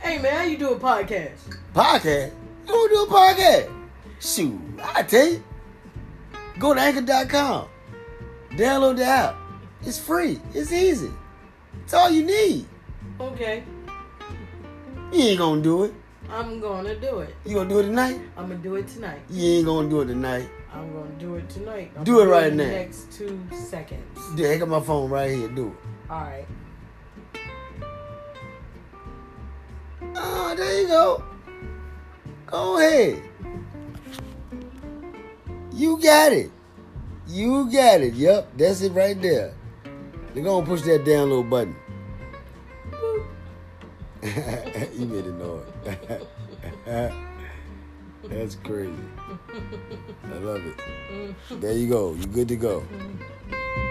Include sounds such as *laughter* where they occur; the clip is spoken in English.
Hey man, how you do a podcast? Podcast? Who do a podcast? Shoot, I tell you. Go to anchor.com. Download the app. It's free. It's easy. It's all you need. Okay, You ain't gonna do it. I'm gonna do it. You gonna do it tonight? I'm gonna do it tonight. You ain't gonna do it tonight. I'm gonna do it tonight. I'm Do gonna it right in now. The next two seconds. Yeah, I got my phone right here. Do it. All right. Oh, there you go. Go ahead. You got it. You got it. Yep, that's it right there. They're gonna push that download button. Boop. *laughs* you made a noise. *laughs* That's crazy. I love it. There you go. You good to go. Mm.